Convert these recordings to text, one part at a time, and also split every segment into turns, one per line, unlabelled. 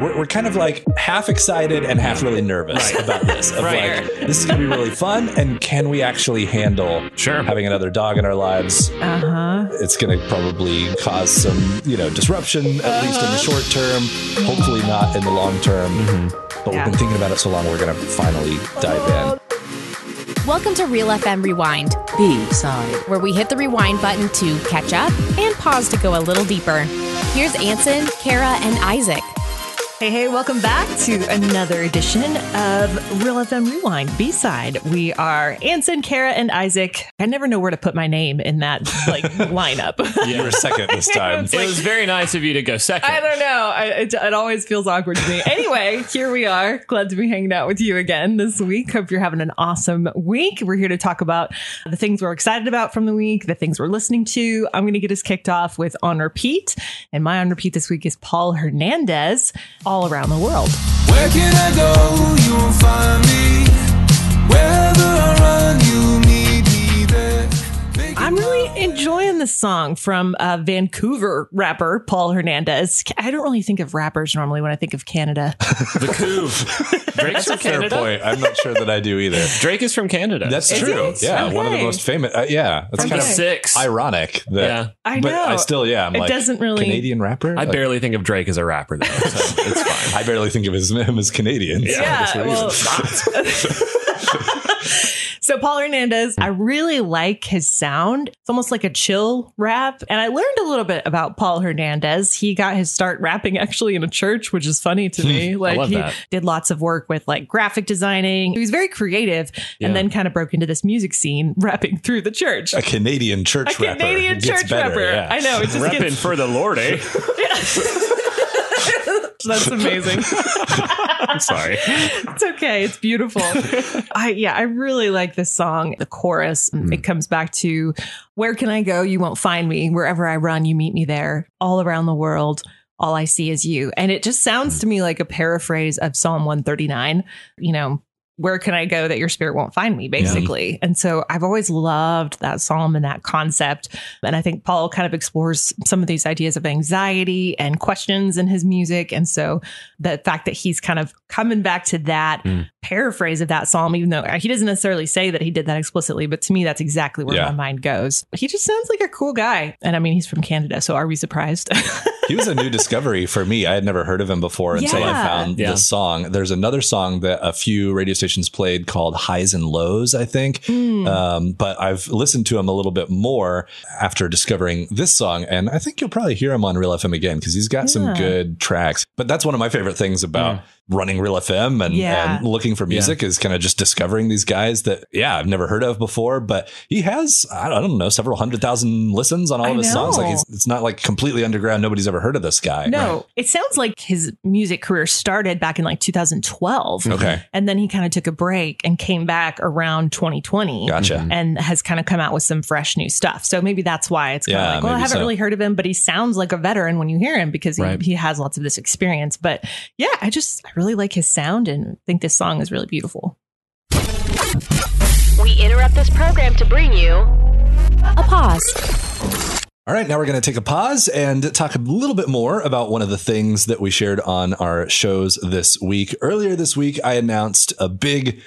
we're, we're kind of like half excited and half really nervous
Right.
about this. Of
Right.
like, this is going to be really fun. And can we actually handle
Sure.
having another dog in our lives?
Uh huh.
It's going to probably cause some, you know, disruption, at least in the short term, hopefully not in the long term. But
Yeah.
we've been thinking about it so long, we're going to finally dive in.
Welcome to Real FM Rewind,
B side.
where we hit the rewind button to catch up and pause to go a little deeper. Here's Anson, Kara, and Isaac.
Hey, hey, welcome back to another edition of Real FM Rewind B side. We are Anson, Kara, and Isaac. I never know where to put my name in that like lineup.
You were second this time.
it was very nice of you to go second.
I don't know. I, it, it always feels awkward to me. Anyway, here we are. Glad to be hanging out with you again this week. Hope you're having an awesome week. We're here to talk about the things we're excited about from the week, the things we're listening to. I'm going to get us kicked off with On Repeat. And my On Repeat this week is Paul Hernandez, All Around the World.
Where can I go? You won't find me. Wherever I run, you meet me there. Thinking
I'm really enjoying this song from uh, Vancouver rapper Paul Hernandez. I don't really think of rappers normally when I think of Canada.
The coup. Drake's from
Fair
Canada.
point. I'm not sure that I do either.
Drake is from Canada.
That's
Is
true.
it?
Yeah, one of the
Okay.
most famous. Uh, yeah, that's kind
From
Number
Okay.
of
six. I,
ironic. That,
Yeah.
I
but
know.
I still, yeah, I'm
It
like
doesn't really-
Canadian rapper. Like,
barely think of Drake as a rapper though. So it's fine.
I barely think of his, him as Canadian. so that's what it
well-
is.
so Paul Hernandez, I really like his sound. It's almost like a chill rap. And I learned a little bit about Paul Hernandez. He got his start rapping actually in a church, which is funny
Hmm,
to me. Like
love
he
that.
did lots of work with like graphic designing. He was very creative
Yeah.
and then kind of broke into this music scene rapping through the church.
a Canadian church
A
rapper.
Canadian
It gets
church
better,
rapper.
yeah.
I know. It just
Repping
gets
for the Lord, eh?
that's amazing.
I'm sorry.
it's okay. It's beautiful. I yeah, I really like this song. The chorus
Mm.
it comes back to where can I go? You won't find me. Wherever I run, you meet me there. All around the world, all I see is you. And it just sounds to me like a paraphrase of Psalm 139. You know, where can I go that your spirit won't find me, basically. And so I've always loved that psalm and that concept. And I think Paul kind of explores some of these ideas of anxiety and questions in his music. And so the fact that he's kind of coming back to that
Mm.
paraphrase of that psalm, even though he doesn't necessarily say that he did that explicitly, but to me, that's exactly where
Yeah.
my mind goes. He just sounds like a cool guy. And I mean, he's from Canada. So are we surprised?
he was a new discovery for me. I had never heard of him before until I
Yeah.
found
Yeah.
this song. There's another song that a few radio stations played called Highs and Lows, I think.
Hmm.
Um, but I've listened to him a little bit more after discovering this song. And I think you'll probably hear him on Real FM again because he's got some
Yeah.
good tracks. But that's one of my favorite things about running Real FM and,
Yeah.
and looking for music is kind of just discovering these guys that, yeah, I've never heard of before. But he has, I don't I don't know, several hundred thousand listens on all
I
of his songs. Like
know.
he's, it's not like completely underground. Nobody's ever heard of this guy.
No, it sounds like his music career started back in like 2012.
Okay.
And then he kind of took a break and came back around 2020
Gotcha.
and has kind of come out with some fresh new stuff. So maybe that's why it's kind
Yeah,
of like, well, I
maybe
haven't
so.
really heard of him, but he sounds like a veteran when you hear him because he,
Right.
he has lots of this experience. But yeah, I just, I really like his sound and think this song is really beautiful.
We interrupt this program to bring you
A pause.
All right, now we're going to take a pause and talk a little bit more about one of the things that we shared on our shows this week. Earlier this week, I announced a big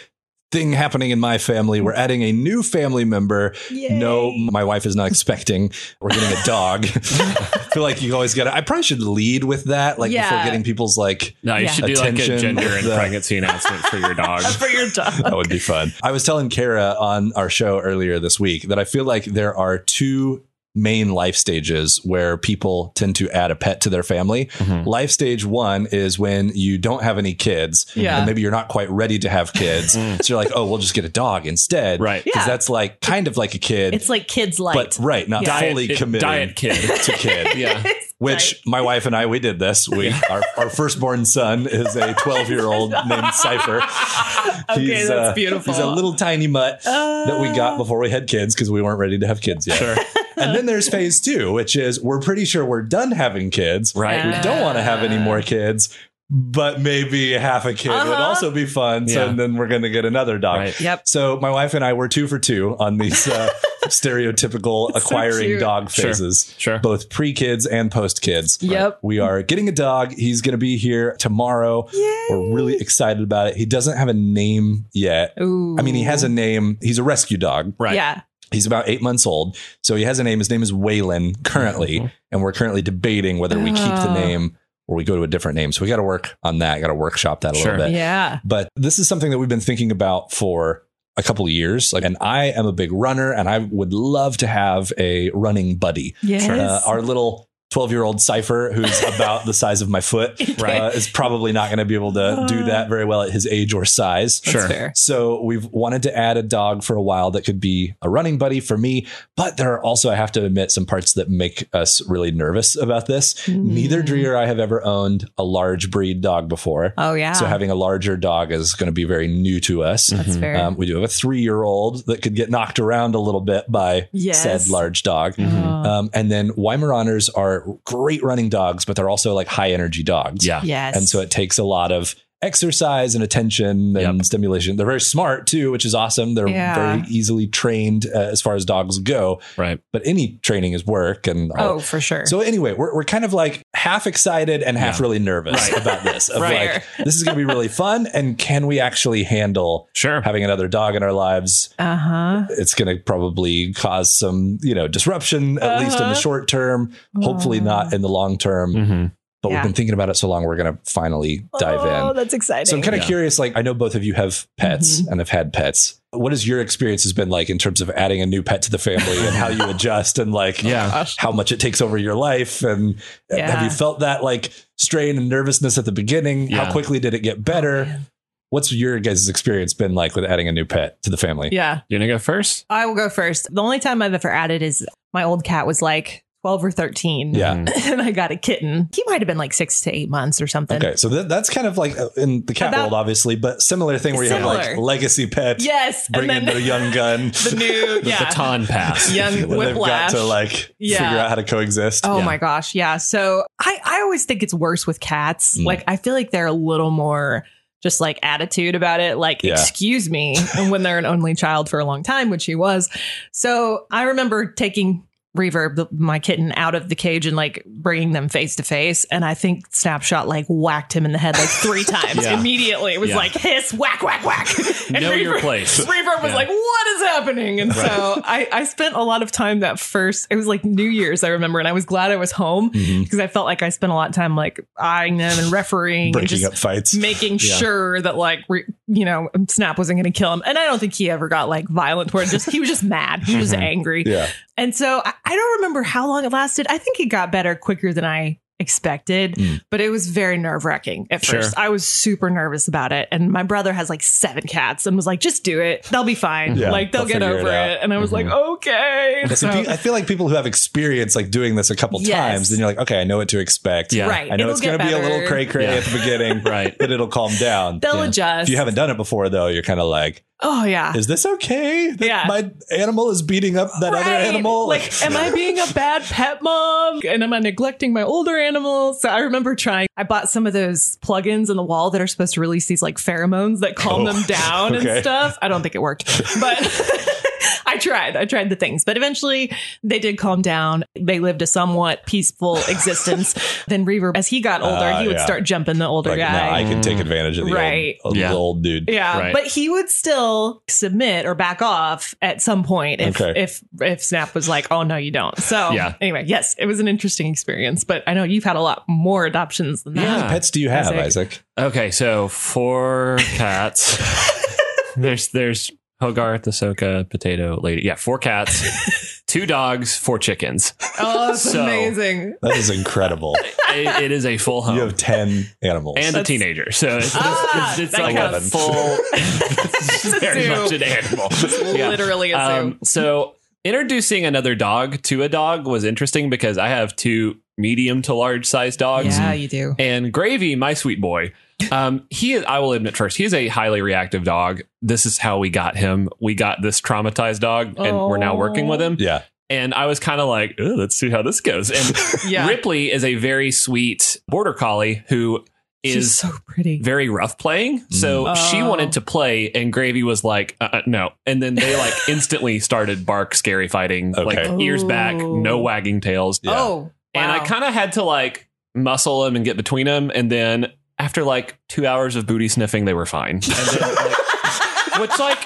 thing happening in my family. We're adding a new family member. No, my wife is not expecting. We're getting a dog. I feel like you always got to, I probably should lead with that, like before
Yeah.
getting people's like,
No, you
Yeah.
should do like
Attention
a gender and
with the- Oh,
pregnancy announcement for your dog.
For your dog.
that would be fun. I was telling Kara on our show earlier this week that I feel like there are two main life stages where people tend to add a pet to their family.
Mm-hmm.
Life stage one is when you don't have any kids.
Yeah.
And maybe you're not quite ready to have kids. so you're like, oh, we'll just get a dog instead.
Mm. Right.
Because
Yeah.
that's like kind of like a kid.
It's like kids light.
but right, not
Diet-
fully
it-
committed
diet kid.
to kid.
yeah.
Which my wife and I we did this. We our, our firstborn son is a 12 year old named Cipher.
Okay, that's
uh,
beautiful.
He's a little tiny mutt that we got before we had kids because we weren't ready to have kids yet.
Sure.
And then there's phase two, which is we're pretty sure we're done having kids.
Right.
We don't want to have any more kids, but maybe half a kid would also be fun. So
Uh-huh. Yeah.
then we're going to get another dog.
Right.
Yep.
So my wife and I were two for two on these uh, stereotypical acquiring
cute.
dog
Sure.
phases,
Sure.
both pre kids and post kids.
Yep.
We are getting a dog. He's going to be here tomorrow.
Yay.
We're really excited about it. He doesn't have a name yet.
Ooh.
I mean, he has a name. He's a rescue dog.
Right.
Yeah.
He's about eight months old. So he has a name. His name is Waylon currently. And we're currently debating whether we keep the
Oh.
name or we go to a different name. So we got to work on that. Got to workshop that a
Sure.
little bit.
Yeah.
But this is something that we've been thinking about for a couple of years. Like, and I am a big runner and I would love to have a running buddy.
Yes.
Uh, our little 12 year old cipher who's about the size of my foot
Right.
uh, is probably not going to be able to
Uh.
do that very well at his age or size.
That's
Sure.
fair.
So we've wanted to add a dog for a while that could be a running buddy for me, but there are also I have to admit some parts that make us really nervous about this. Neither
Mm.
Dree or I have ever owned a large breed dog before.
Oh yeah.
So having a larger dog is going to be very new to us.
That's fair.
Um, we do have a three-year-old that could get knocked around a little bit by
Yes.
said large dog.
Oh.
Um, and then Weimaraners are great running dogs, but they're also like high energy dogs.
Yeah.
yes.
uh, And so it takes a lot of exercise and attention and
Yep.
stimulation. They're very smart too, which is awesome. They're
Yeah.
very easily trained uh, as far as dogs go,
Right.
but any training is work. And
oh, for sure.
so anyway, we're, we're kind of like half excited and half
Yeah.
really nervous
Right.
about this. Of
Right.
like, this is going to be really fun. And can we actually handle
Sure.
having another dog in our lives?
uh huh.
It's going to probably cause some, you know, disruption, at least in
Uh-huh.
the short term, hopefully not in the long term.
Mm-hmm.
But
Yeah.
we've been thinking about it so long, we're going to finally dive in.
Oh, that's exciting.
So I'm kind of
Yeah.
curious. Like, I know both of you have pets
Mm-hmm.
and have had pets. What has your experience has been like in terms of adding a new pet to the family and how you adjust and like,
Yeah.
how much it takes over your life? And uh,
Yeah.
have you felt that like strain and nervousness at the beginning? How
Yeah.
quickly did it get better? What's your guys' experience been like with adding a new pet to the family?
yeah.
You gonna go first?
I will go first. The only time I've ever added is my old cat was like 12 or 13.
Yeah.
Mhm.
and I got a kitten. He might have been like six to eight months or something.
Mm-hmm.
Okay, so that, that's kind of like uh, in the cat
About-
world, obviously, but similar thing where you have like
Similar.
legacy pet,
Yes.
bring in
and then
the young gun,
the new,
The
yeah.
baton pass. if
Young
you will.
and they've got
whiplash.
to like
Yeah.
figure out how to coexist.
Oh
Yeah.
my gosh. Yeah. So I, I always think it's worse with cats.
Mm.
Like, I feel like they're a little more just like attitude about it. Like,
Yeah.
excuse me. and when they're an only child for a long time, which he was. So I remember taking Reverb, the, my kitten, out of the cage and like bringing them face to face. And I think Snapshot like whacked him in the head like three times
Yeah.
immediately. It was
Yeah.
like hiss, whack, whack, whack. And
Know your
Reverb-
place.
Reverb was
Yeah.
like, what is happening? And so I, I spent a lot of time that first, it was like New Year's, I remember, and I was glad I was home
Mhm.
because I felt like I spent a lot of time like eyeing them and refereeing and
Breaking
just
up fights.
making
Yeah.
sure that like, re- you know, Snap wasn't going to kill him. And I don't think he ever got like violent where just, he was just mad. He was just angry.
Yeah.
And so I, I don't remember how long it lasted. I think it got better quicker than I expected,
Mm.
but it was very nerve wracking at
Sure.
first. I was super nervous about it. And my brother has like seven cats and was like, just do it. They'll be fine.
Yeah,
like, they'll,
they'll
get
figure it
over
out."
it, And I was like, okay.
Yeah, so
So-
pe- I feel like people who have experience like doing this a couple
Yes.
times, then you're like, okay, I know what to expect.
Yeah.
Right.
I know
It'll
it's
get
going to be a little
better.
cray cray
Yeah.
at the beginning,
Right.
But it'll calm down.
They'll
Yeah.
adjust.
If you haven't done it before, though, you're kind of like,
oh, yeah.
is this okay? That
Yeah.
My animal is beating up that other
Right.
animal.
Like, am I being a bad pet mom? And am I neglecting my older animals? So I remember trying, I bought some of those plugins in the wall that are supposed to release these like pheromones that calm
Oh,
them down
okay.
and stuff. I don't think it worked, but. I tried. I tried the things, but eventually they did calm down. They lived a somewhat peaceful existence. then Reverb, as he got older,
Ah,
he would
yeah.
start jumping the older
Like,
guy.
nah, I can take advantage of the,
Right.
old, of the
Mm. Yeah.
old dude.
Yeah,
Right.
but he would still submit or back off at some point if
Okay.
if if Snap was like, "Oh no, you don't." So
Yeah.
anyway, yes, it was an interesting experience, but I know you've had a lot more adoptions than
How
that.
many pets do you have,
Isaac.
Isaac?
Okay, so four cats. there's there's Hogarth, Ahsoka, Potato Lady. Yeah, four cats, two dogs, four chickens.
Oh, that's
So-
amazing.
That is incredible.
It, it is a full home
you have 10 animals.
and a
That's-
teenager. So it's,
Ah,
it's, it's,
that
like
counts.
a full. it's
a
very
zoo.
much an animal. Yeah.
Literally a
Um,
zoo.
so introducing another dog to a dog was interesting because I have two medium to large size dogs.
Yeah, you do.
And Gravy, my sweet boy, um, he is, I will admit first, he is a highly reactive dog. This is how we got him. We got this traumatized dog and we're now working with him.
yeah.
And I was kind of like, "Ugh, let's see how this goes. And
Yeah.
Ripley is a very sweet border collie who
She's
is
so pretty.
very rough playing. So she
Oh.
wanted to play, and Gravy was like, uh, uh, no. And then they like instantly started bark, scary fighting,
Okay.
like ears back,
Ooh.
no wagging tails.
Yeah.
Oh,
And I
wow.
kind of had to like muscle them and get between them. And then after like two hours of booty sniffing, they were fine. And then, like, which, like,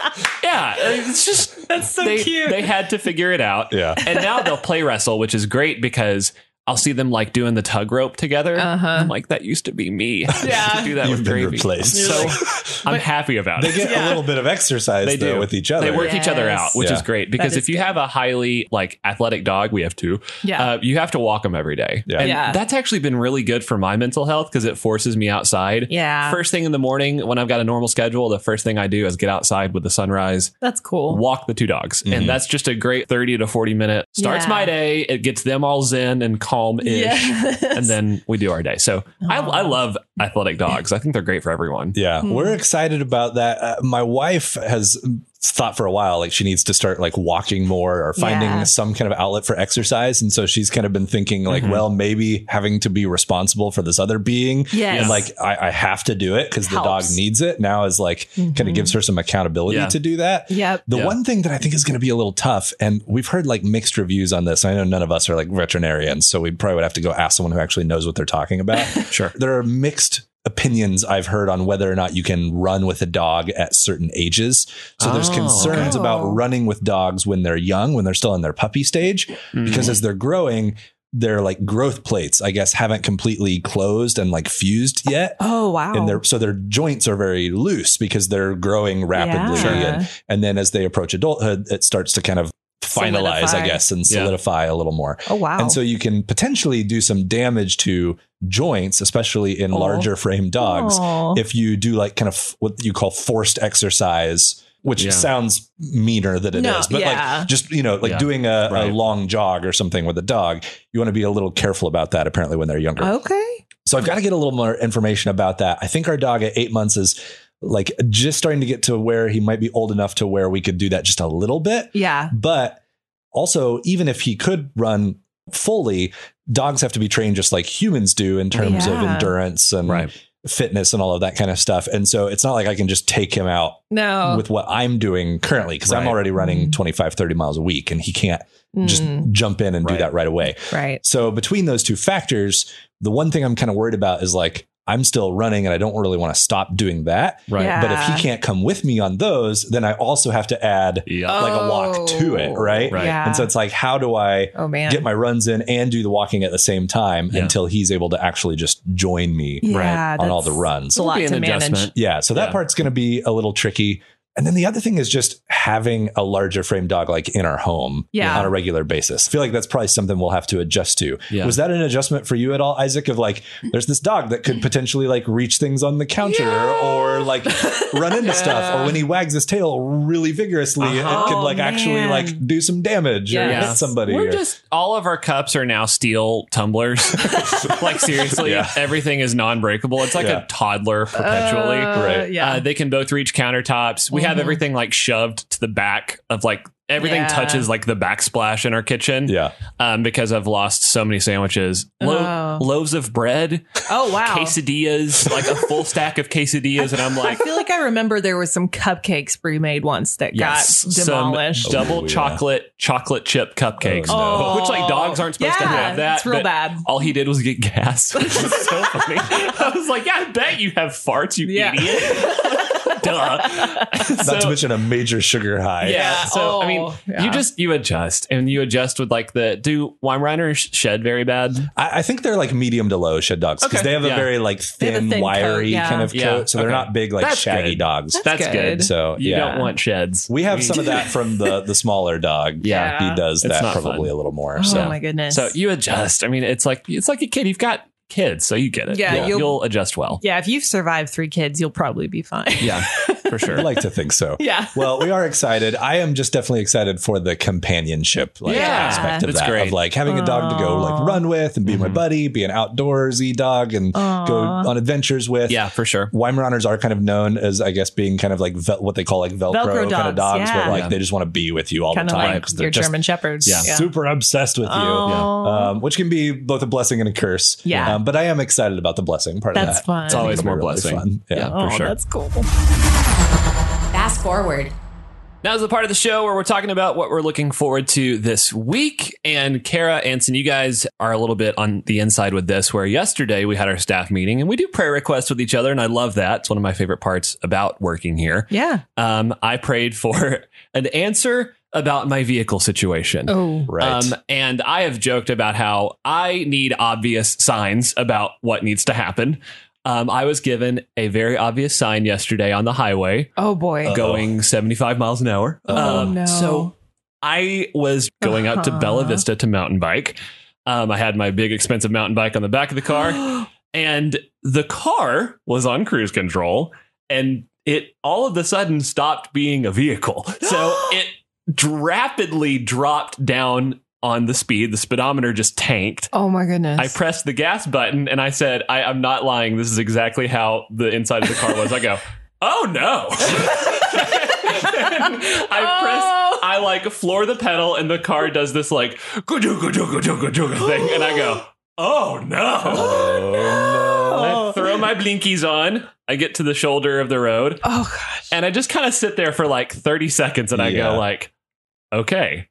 yeah, it's just
that's so
they,
cute.
they had to figure it out.
Yeah.
And now they'll play wrestle, which is great because I'll see them like doing the tug rope together.
Uh-huh.
I'm like, that used to be me. I used
Yeah.
to do that
You've
with
been
gravy.
replaced.
So I'm
But-
happy about
They
it.
get a little bit of exercise
They
though
do.
with each other.
They work
Yeah.
each other out, which
Yeah.
is great because
is
if you
good.
have a highly like athletic dog, we have two.
yeah.
Uh, you have to walk them every day.
Yeah.
And
Yeah.
that's actually been really good for my mental health because it forces me outside.
yeah.
First thing in the morning when I've got a normal schedule, the first thing I do is get outside with the sunrise,
that's cool.
walk the two dogs.
Mhm.
And that's just a great 30 to 40 minute starts
Yeah.
my day. It gets them all zen and calm ish.
Yes.
And then we do our day. So I,
Aw.
I love athletic dogs. I think they're great for everyone.
Yeah,
Hmm.
we're excited about that. Uh, my wife has thought for a while like she needs to start like walking more or finding
Yeah.
some kind of outlet for exercise and so she's kind of been thinking like
Mhm.
well maybe having to be responsible for this other being
Yes.
and like I, I have to do it because the dog
Helps.
needs it now is like kind of
Mhm.
gives her some accountability
Yeah.
to do that
Yep.
the
Yeah.
one thing that I think is going to be a little tough, and we've heard like mixed reviews on this. I know none of us are like veterinarians, so we probably would have to go ask someone who actually knows what they're talking about.
Sure.
there are mixed opinions I've heard on whether or not you can run with a dog at certain ages. So there's
Oh,
concerns
okay.
about running with dogs when they're young, when they're still in their puppy stage,
Mm-hmm. Mm.
because as they're growing, their like growth plates, I guess, haven't completely closed and like fused yet.
Oh wow.
And their so their joints are very loose because they're growing rapidly,
Yeah.
and and then as they approach adulthood, it starts to kind of finalize, I
Solidify.
guess, and
Yeah.
solidify a little more.
oh wow.
And so you can potentially do some damage to joints, especially in
Oh.
larger frame dogs,
Aw.
if you do like kind of what you call forced exercise, which
Yeah.
sounds meaner than it is,
No,
but
yeah.
like just, you know, like
Yeah.
doing a, a
Right.
long jog or something with a dog, you want to be a little careful about that apparently when they're younger.
okay.
So I've got to get a little more information about that. I think our dog at eight months is like just starting to get to where he might be old enough to where we could do that just a little bit.
Yeah.
But also, even if he could run fully, dogs have to be trained just like humans do in terms of
Yeah.
endurance and
Right.
fitness and all of that kind of stuff. And so it's not like I can just take him out
No.
with what I'm doing currently because I'm
Right.
already running
Mm.
25, 30 miles a week and he can't just
Mm,
jump in and do
Right.
that right away.
right.
So between those two factors, the one thing I'm kind of worried about is like, I'm still running and I don't really want to stop doing that.
Right.
Yeah.
But if he can't come with me on those, then I also have to add
Yeah.
Oh,
like a walk to it, right?
Right.
Yeah.
And so it's like, how do I
oh man.
get my runs in and do the walking at the same time
Yeah.
until he's able to actually just join me
yeah,
Right.
on all the
that's-
runs?
It's a lot
It'll be
to
an
manage.
adjustment.
Yeah. So that
Yeah.
part's going to be a little tricky. And then the other thing is just having a larger frame dog like in our home
Yeah.
on a regular basis. I feel like that's probably something we'll have to adjust to.
Yeah.
Was that an adjustment for you at all, Isaac? Of like, there's this dog that could potentially like reach things on the counter or like run into stuff, or when he wags his tail really vigorously,
Uh-huh.
it could
Oh,
like actually
man.
like do some damage or
Yes.
hit somebody.
We're
or-
just all of our cups are now steel tumblers. like seriously,
Yeah.
everything is non-breakable. It's like
Yeah.
a toddler perpetually.
Uh,
Right.
Yeah.
Uh, they can both reach countertops. We have
Mhm.
everything like shoved to the back of like everything
Yeah.
touches like the backsplash in our kitchen
yeah.
um, because I've lost so many sandwiches, Lo-
Oh.
loaves of bread,
oh wow.
quesadillas, like a full stack of quesadillas, and I'm
I
like.
feel like I remember there was some cupcakes Brie made once that
Yes,
got
some
demolished.
Oh,
double
yeah.
chocolate chocolate chip cupcakes,
Oh,
which like dogs aren't supposed to
Yeah,
have that.
It's real
but
bad.
All he did was get gas, which is so funny. I was like, I bet you have farts, you
Yeah.
idiot. Duh.
Not to
So-
mention a major sugar high.
yeah. So I mean,
Oh, yeah.
you just you adjust and you adjust with like the do Weimaraners shed very bad.
I, I think they're like medium to low shed dogs because
Okay.
they have a
Yeah.
very like
have a
thin,
thin
wiry
coat, yeah.
kind of
Yeah.
coat. So they're
Okay.
not big like
That's
shaggy
good.
dogs.
That's good.
so
You
yeah,
don't want sheds.
we have
You-
some of that from the the smaller dog.
Yeah.
he does
It's
that
not
probably
fun.
a little more.
Oh
so
my goodness.
So you adjust. I mean, it's like it's like a kid. You've got kids, so you get it.
Yeah,
You'll,
you'll-
you'll adjust well.
yeah, if you've survived three kids, you'll probably be fine.
Yeah, for
I
sure.
like to think so.
yeah.
Well, we are excited. I am just definitely excited for the companionship like
Yeah.
aspect of
That's
that
great.
of like having a dog to go like
Aw.
run with and be my
Mhm.
buddy, be an outdoorsy dog and go
Aw.
on adventures with.
yeah, for sure.
Weimaraners are kind of known as, I guess, being kind of like vel- what they call like Velcro,
Velcro
kind of
dogs,
dogs, but
yeah.
like
Yeah.
they just want to be with you all
Kind
the
of
time
like your German shepherds.
Yeah.
super obsessed with you,
Oh.
um, which can be both a blessing and a curse.
Yeah.
Um, Um, but I am excited about the blessing part
That's
of that.
fun. It's
always
It'll be
more
really
blessing.
fun. Yeah.
Yeah.
oh,
for sure.
that's cool.
Fast forward.
Now's the part of the show where we're talking about what we're looking forward to this week. And Kara, Anson, you guys are a little bit on the inside with this, where yesterday we had our staff meeting and we do prayer requests with each other. And I love that. It's one of my favorite parts about working here.
Yeah.
Um, I prayed for an answer about my vehicle situation.
Oh.
Right.
Um, and I have joked about how I need obvious signs about what needs to happen. Um, I was given a very obvious sign yesterday on the highway
Oh boy.
Uh,
going 75 miles an hour.
Oh,
um,
no.
So I was going out to
Uh-huh.
Bella Vista to mountain bike. Um, I had my big expensive mountain bike on the back of the car, and the car was on cruise control, and it all of a sudden stopped being a vehicle. So it d- rapidly dropped down on the speed. The speedometer just tanked.
oh my goodness.
I pressed the gas button and I said, I, I'm not lying. This is exactly how the inside of the car was. I go, oh no. I press, I like floor the pedal and the car does this like "Gudoo, gudoo, gudoo, gudoo," thing. And I go, oh no.
Oh,
I throw my blinkies on. I get to the shoulder of the road
oh gosh.
and I just kind of sit there for like 30 seconds and I
Yeah.
go like, okay,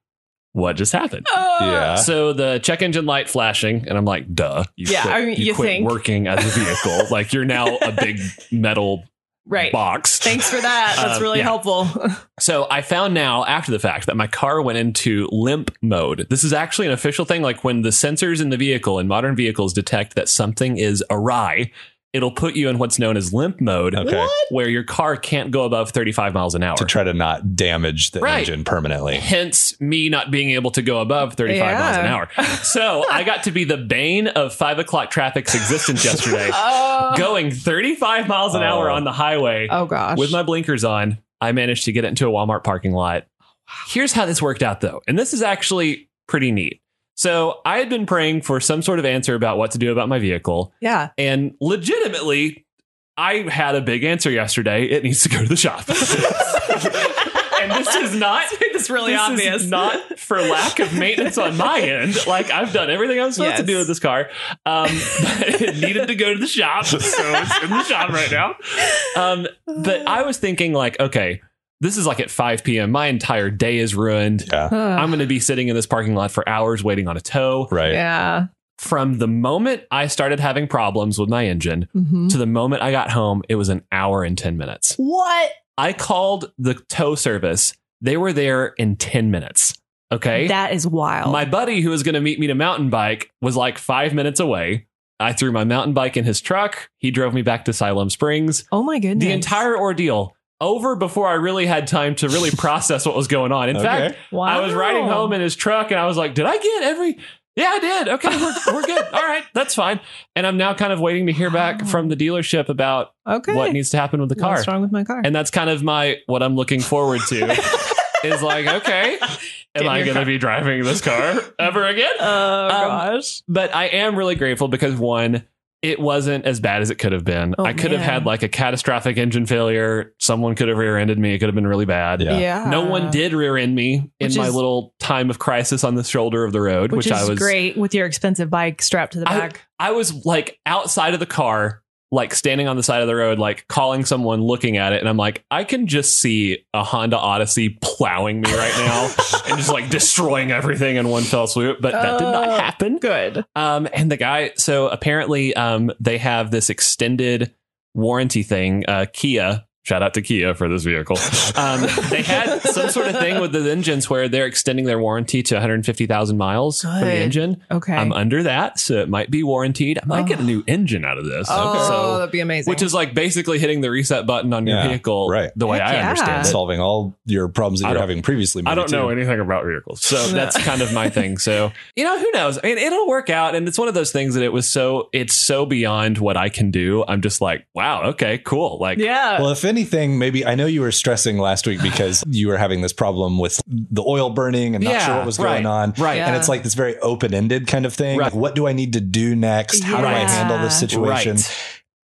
what just happened?
Uh,
yeah.
So the check engine light flashing, and I'm like, duh. You
Yeah,
quit,
I mean,
you
you
quit
think.
working as a vehicle. like you're now a big metal
Right.
box.
Thanks for that. That's
Um,
really
yeah.
helpful.
So I found now after the fact that my car went into limp mode. This is actually an official thing. Like when the sensors in the vehicle in modern vehicles detect that something is awry, it'll put you in what's known as limp mode,
Okay.
where your car can't go above 35 miles an hour.
To try to not damage the
Right.
engine permanently.
hence me not being able to go above 35
Yeah.
miles an hour. So I got to be the bane of five o'clock traffic's existence yesterday,
Oh.
going 35 miles an hour
Oh.
on the highway
Oh gosh.
with my blinkers on. I managed to get into a Walmart parking lot. Here's how this worked out, though. And this is actually pretty neat. So I had been praying for some sort of answer about what to do about my vehicle.
yeah.
And legitimately, I had a big answer yesterday. It needs to go to the shop. and this is not
It's really
this
obvious.
Is not for lack of maintenance on my end. Like I've done everything I'm supposed to
Yes.
do with this car. Um, but it needed to go to the shop, so it's in the shop right now. Um, but I was thinking, like, okay, this is like at 5 p.m. My entire day is ruined.
Yeah.
I'm going to be sitting in this parking lot for hours waiting on a tow.
Right.
yeah.
From the moment I started having problems with my engine
Mhm.
to the moment I got home, it was an hour and 10 minutes.
What?
I called the tow service. They were there in 10 minutes. Okay.
That is wild.
My buddy who was going to meet me to mountain bike was like five minutes away. I threw my mountain bike in his truck. He drove me back to Siloam Springs.
oh my goodness.
The entire ordeal over before I really had time to really process what was going on. In
Okay.
fact,
Wow.
I was riding home in his truck and I was like, did I get every. Yeah, I did. Okay, we're, we're good. All right, that's fine. And I'm now kind of waiting to hear back from the dealership about
okay.
what needs to happen with the car.
What's wrong with my car?
And that's kind of my what I'm looking forward to is like, okay,
Get
am
in
I
your
going to
car.
be driving this car ever again?
oh
um,
gosh.
But I am really grateful because one, it wasn't as bad as it could have been.
Oh,
I could have
man.
had like a catastrophic engine failure. Someone could have rear ended me. It could have been really bad.
Yeah.
No one did rear end me in
Uh, Which
my
is-
little time of crisis on the shoulder of the road, which,
Which, is
I was
great with your expensive bike strapped to the
I-
back.
I was like outside of the car, like standing on the side of the road, like calling someone, looking at it, and I'm like, I can just see a Honda Odyssey plowing me right now and just like destroying everything in one fell swoop. But that did
Oh.
not happen.
Good.
Um, and the guy, so apparently, um, they have this extended warranty thing. Uh, Kia, shout out to Kia for this vehicle. Um, they had some sort of thing with the engines where they're extending their warranty to 150,000 miles for
Good.
the engine.
Okay.
I'm under that, so it might be warranted. I might
Oh.
get a new engine out of this.
oh,
So-
that'd be amazing.
which is like basically hitting the reset button on your
Yeah,
vehicle,
right.
The way
Heck
I
yeah.
understand it.
Solving all your problems that
I
you're
don't-
having previously. maybe,
I don't know
too.
anything about vehicles. So
No.
that's kind of my thing. So, you know, who knows? I mean, it'll work out. And it's one of those things that it was so, it's so beyond what I can do. I'm just like, wow, okay, cool. Like,
yeah.
Well, if anything, maybe I know you were stressing last week because you were having this problem with the oil burning and not
Yeah,
sure what was
right,
going on.
right.
And
Yeah.
it's like this very open ended kind of thing.
Right.
Like, what do I need to do next? How do I
Right.
handle this situation?
Right.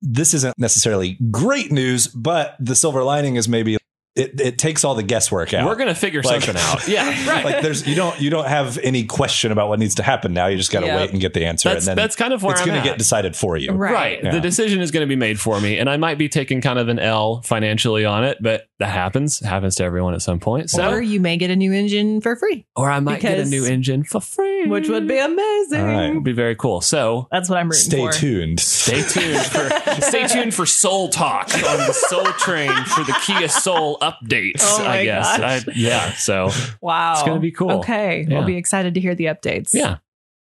This isn't necessarily great news, but the silver lining is maybe it, it takes all the guesswork out.
We're gonna figure
Like-
something out. Yeah, right.
like there's you don't you don't have any question about what needs to happen now. You just got to
Yeah.
wait and get the answer,
that's
and then
that's kind of where
it's
I'm
going to
at.
get decided for you.
Right.
Right.
Yeah.
The decision is going to be made for me, and I might be taking kind of an L financially on it, but that happens. It happens to everyone at some point. So,
or
or,
you may get a new engine for free,
I might get a
because-
new engine for free,
which would be amazing.
All right.
would be very cool. So,
That's what I'm rooting
Stay
for.
tuned.
stay tuned for stay tuned for Soul Talk on the Soul Train for the Kia Soul updates.
Oh my
I guess.
gosh.
I, yeah. So,
Wow.
It's gonna be cool.
Okay.
Yeah.
We'll be excited to hear the updates.
yeah.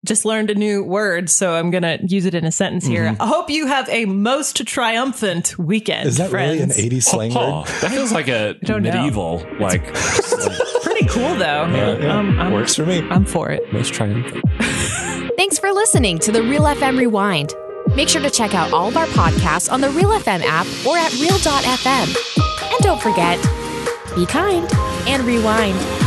Just learned a new word, so I'm going to use it in a sentence here. I hope you have a most triumphant weekend.
Mm-hmm. Is that
friends.
really an 80s slang
Oh,
word?
that feels like a
don't know.
medieval like
Pretty cool, though.
Yeah, yeah.
Um, I'm,
Works for me.
I'm for it.
most triumphant.
Thanks for listening to the Real FM Rewind. Make sure to check out all of our podcasts on the Real FM app or at Real.fm. And don't forget, be kind and rewind.